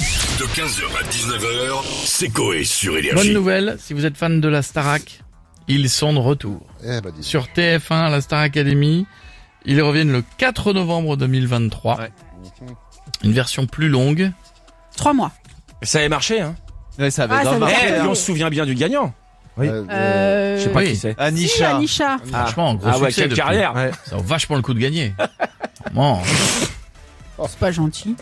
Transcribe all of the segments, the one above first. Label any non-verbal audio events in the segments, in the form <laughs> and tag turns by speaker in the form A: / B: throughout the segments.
A: De 15h à 19h, c'est Coé sur
B: Bonne
A: Énergie.
B: nouvelle, si vous êtes fan de la Starac, ils sont de retour.
C: Eh ben, dis.
B: Sur TF1, la Star Academy, ils reviennent le 4 novembre 2023. Une version plus longue.
D: Trois mois.
E: Ça avait marché, hein
F: ça
D: Ah, ça
E: Eh,
D: marché,
E: mais
D: hein.
E: on se souvient bien du gagnant.
F: Oui.
C: Euh,
D: Euh...
E: Je sais pas
B: Oui.
E: qui c'est.
D: Si,
F: Anisha.
D: Anisha.
E: Ah.
B: Franchement, en gros
E: Ah ouais,
B: succès
E: quelle
B: depuis.
E: carrière
B: Ça vaut vachement le coup de gagner. hein. Bon,
D: C'est pas gentil.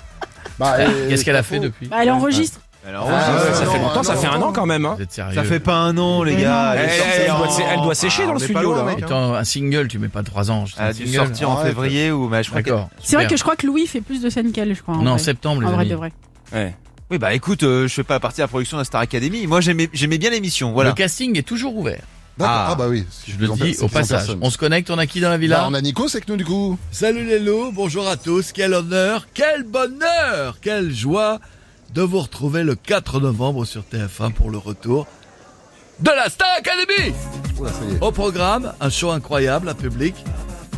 C: bah, euh,
B: qu'est-ce qu'elle a fait depuis
D: Bah, elle enregistre.
F: Alors,
C: Ah,
E: Ça,
C: ouais,
E: ça
C: non,
E: fait longtemps, ça
C: non,
E: fait un
C: non.
E: an quand même. Hein.
B: Vous êtes sérieux
F: ça hein, fait pas un an, les
D: Mais
F: gars.
E: non.
F: est
E: Elle-
F: sortie
E: elle doit
F: en-
E: sé- elle doit sécher dans
F: on
E: le
F: est
E: studio,
F: pas loin,
E: là,
F: mec, hein.
B: Putain, un single, tu mets pas trois ans. juste
F: Elle
B: un
F: a dû
B: single.
F: sortir Ah, en
C: Arrête.
F: février ou mais je crois
B: D'accord.
D: C'est vrai
B: Super.
D: que je crois que Louis fait plus de scènes qu'elle, je crois.
B: On est en
D: vrai.
B: septembre, les
D: En vrai
B: amis.
D: de <laughs> vrai.
E: Ouais.
F: Oui, bah écoute, euh, je fais pas partie de la production de la Star Academy. Moi, j'aimais, j'aimais bien l'émission. Voilà.
B: Le casting est toujours ouvert.
C: d'accord.
F: Ah.
C: Ah, bah oui.
B: Je le dis au passage. On se connecte, on a qui dans la
C: Là,
B: villa
C: Bah, on a Nico, c'est que nous, du coup.
G: Salut les lots, bonjour à tous, quel honneur, quel bonheur, quelle joie de vous retrouver le 4 novembre sur TF1 pour le retour de la Star Academy
C: Oula, ça y est.
G: Au programme, un show incroyable, un public,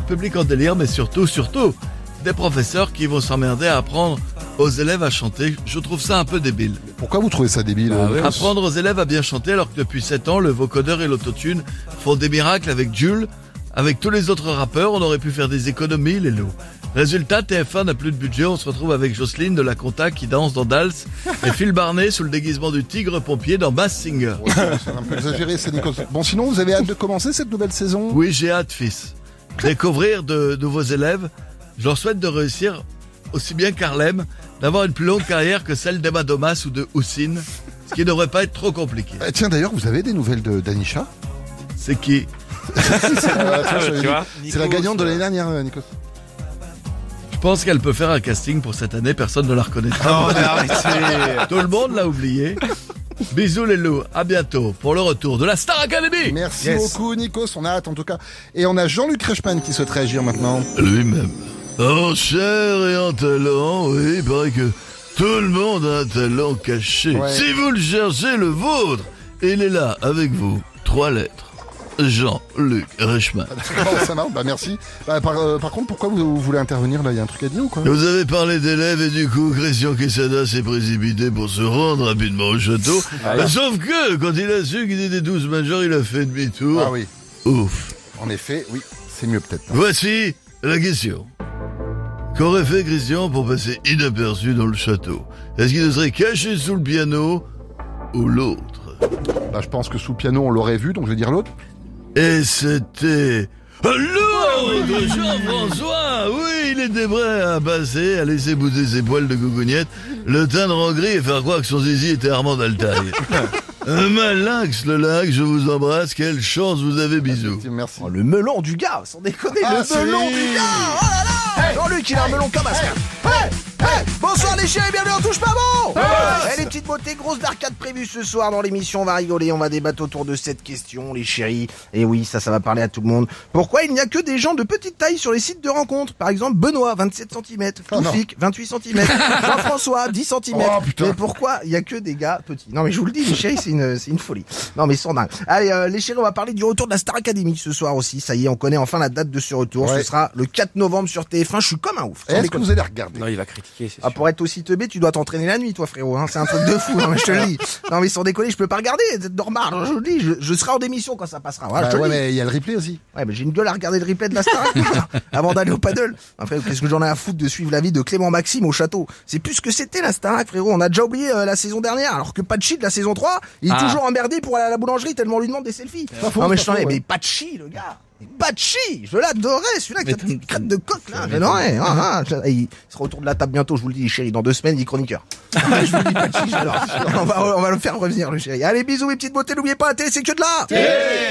G: public en délire, mais surtout, surtout, des professeurs qui vont s'emmerder à apprendre aux élèves à chanter. Je trouve ça un peu débile.
C: Pourquoi vous trouvez ça débile euh, Nico
G: Apprendre aux élèves à bien chanter alors que depuis 7 ans, le vocodeur et l'autotune font des miracles avec Jules. Avec tous les autres rappeurs, on aurait pu faire des économies, les loups. Résultat, TF1 n'a plus de budget, on se retrouve avec Jocelyne de la Conta qui danse dans Dals et Phil Barnet sous le déguisement du tigre pompier dans Bass Singer.
C: Ouais, c'est un peu exagéré, c'est Nico. Bon, sinon, vous avez hâte de commencer cette nouvelle saison
G: Oui, j'ai hâte, fils. Découvrir de nouveaux élèves, je leur souhaite de réussir aussi bien qu'Harlem, d'avoir une plus longue carrière que celle d'Emma Domas ou de Houssine, ce qui ne devrait pas être trop compliqué.
C: Euh, Tiens, d'ailleurs, vous avez des nouvelles de d'Anisha
G: C'est qui
C: Euh, tiens, je l'avais
E: Tu
C: dit.
E: vois
C: C'est la gagnante de l'année dernière, euh, Nico.
G: Je pense qu'elle peut faire un casting pour cette année, personne ne la reconnaîtra.
F: Non, on a arrêté.
G: Tout le monde l'a oublié. Bisous les loups, à bientôt pour le retour de la Star Academy
C: Merci
F: Yes.
C: beaucoup, Nico. On a hâte, en tout cas. Et on a Jean-Luc Reichmann qui souhaite réagir maintenant.
G: Lui-même. En chair et en talent, oui, il paraît que tout le monde a un talent caché.
C: Ouais.
G: Si vous le cherchez, le vôtre, il est là, avec vous. Trois lettres. Jean-Luc Reichmann.
C: Bon, ça marche, bah merci. Bah, par, euh, par contre, pourquoi vous, vous voulez intervenir là Il y a un truc à dire ou quoi
G: Vous avez parlé d'élèves et du coup, Christian Quesada s'est précipité pour se rendre rapidement au château.
C: Ah
G: Bah, Sauf que, quand il a su qu'il était 12 major, il a fait demi-tour.
C: Ah oui,
G: Ouf.
C: en effet, oui, c'est mieux peut-être.
G: Voici la question. Qu'aurait fait Christian pour passer inaperçu dans le château Est-ce qu'il se serait caché sous le piano ou l'autre
C: Bah, je pense que sous le piano, on l'aurait vu, donc je vais dire l'autre.
G: Et c'était l'autre Jean-François Oui, il était prêt à passer, à laisser bouger ses poils de gougounette, le teindre en gris et faire croire que son zizi était Armand d'Altaï. Un Malax, le lac, je vous embrasse, quelle chance vous avez, bisous.
C: Merci.
F: Oh, le melon du gars, sans déconner,
C: Ah,
F: le melon
C: si.
F: du gars Oh là là Jean-Luc, il a un melon comme un sac. Hey, hey, Bonsoir les chéris, bienvenue en touche pas bon
H: Eh, les petites beautés, grosses d'arcade prévues ce soir dans l'émission. On va rigoler, on va débattre autour de cette question, les chéris. Et oui, ça, ça va parler à tout le monde. Pourquoi il n'y a que des gens de petite taille sur les sites de rencontres Par exemple, Benoît, 27 cm.
C: Oh, non.
H: Toufik, 28 cm.
C: <laughs>
H: Jean-François, 10 cm.
C: Oh, putain.
H: mais pourquoi il n'y a que des gars petits Non, mais je vous le dis, les chéris, c'est une, c'est une folie. Non, mais sans dingue. Allez, euh, les chéris, on va parler du retour de la Star Academy ce soir aussi. Ça y est, on connaît enfin la date de ce retour.
C: Ouais.
H: Ce sera le 4 novembre sur TF1. Je suis comme un ouf. Sans
C: Est-ce que
H: déconner.
C: vous allez regarder
E: Non, il va critiquer. c'est
H: Ah,
E: sûr.
H: pour être aussi teubé, tu dois t'entraîner la nuit, toi, frérot. Hein. C'est un truc de fou, hein, mais je te le dis. Non, mais sans déconner, je peux pas regarder. C'est normal, hein, je le dis. Je, je serai en démission quand ça passera.
F: Ah,
H: Voilà,
C: Bah
H: je te
C: ouais,
H: le dis.
C: mais il y a le replay aussi.
H: Ouais, mais j'ai une gueule à regarder le replay de la Star avant d'aller au paddle. Après, qu'est-ce que j'en ai à foutre de suivre la vie de Clément Maxime au château C'est plus ce que c'était la Starac, frérot. On a déjà oublié euh, la saison dernière, alors que Patchy de la saison 3, il est toujours emmerdé pour aller à la boulangerie tellement on lui demande des selfies. non, mais je t'en ai, mais Patchy, le gars mais Patchy, je l'adorais, celui-là avec sa petite crête de coque là, j'adorais. Ah, ah, je- il sera autour de la table bientôt, je vous le dis, chérie, dans deux semaines, il est chroniqueur. Ah, je vous le dis, Patchy, j'adore. On va, on va le faire revenir, le chéri. Allez, bisous, mes petites beautés, n'oubliez pas la télé, c'est que de là.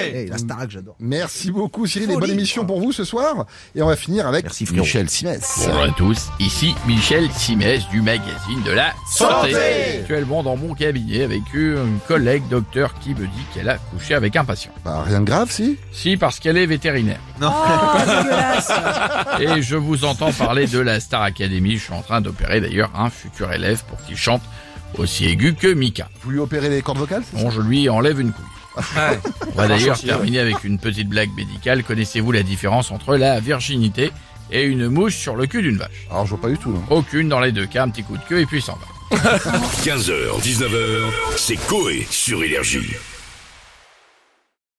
H: Eh, la Starac, j'adore.
C: Merci beaucoup, Cyril. Et bonne
H: Folie,
C: émission
H: quoi.
C: pour vous ce soir. Et on va finir avec
H: Merci, frérot.
C: Michel Simès.
B: Bonjour à tous, ici Michel Simès du magazine de la santé. Actuellement dans mon cabinet avec une collègue docteur qui me dit qu'elle a couché avec un patient.
C: Bah, rien de grave, si
B: Si parce qu'elle est vétérinaire.
D: Oh, dégueulasse.
B: Et je vous entends parler de la Star Academy, je suis en train d'opérer d'ailleurs un futur élève pour qu'il chante aussi aigu que Mika.
C: Vous lui opérez les cordes vocales c'est ça
B: Bon, je lui enlève une couille.
E: Ouais.
B: On va d'ailleurs terminer avec une petite blague médicale. Connaissez-vous la différence entre la virginité et une mouche sur le cul d'une vache
C: Alors, je vois pas du tout, non
B: Aucune dans les deux cas, un petit coup de queue et puis s'en va.
A: 15h, 19h, c'est Coé sur Énergie.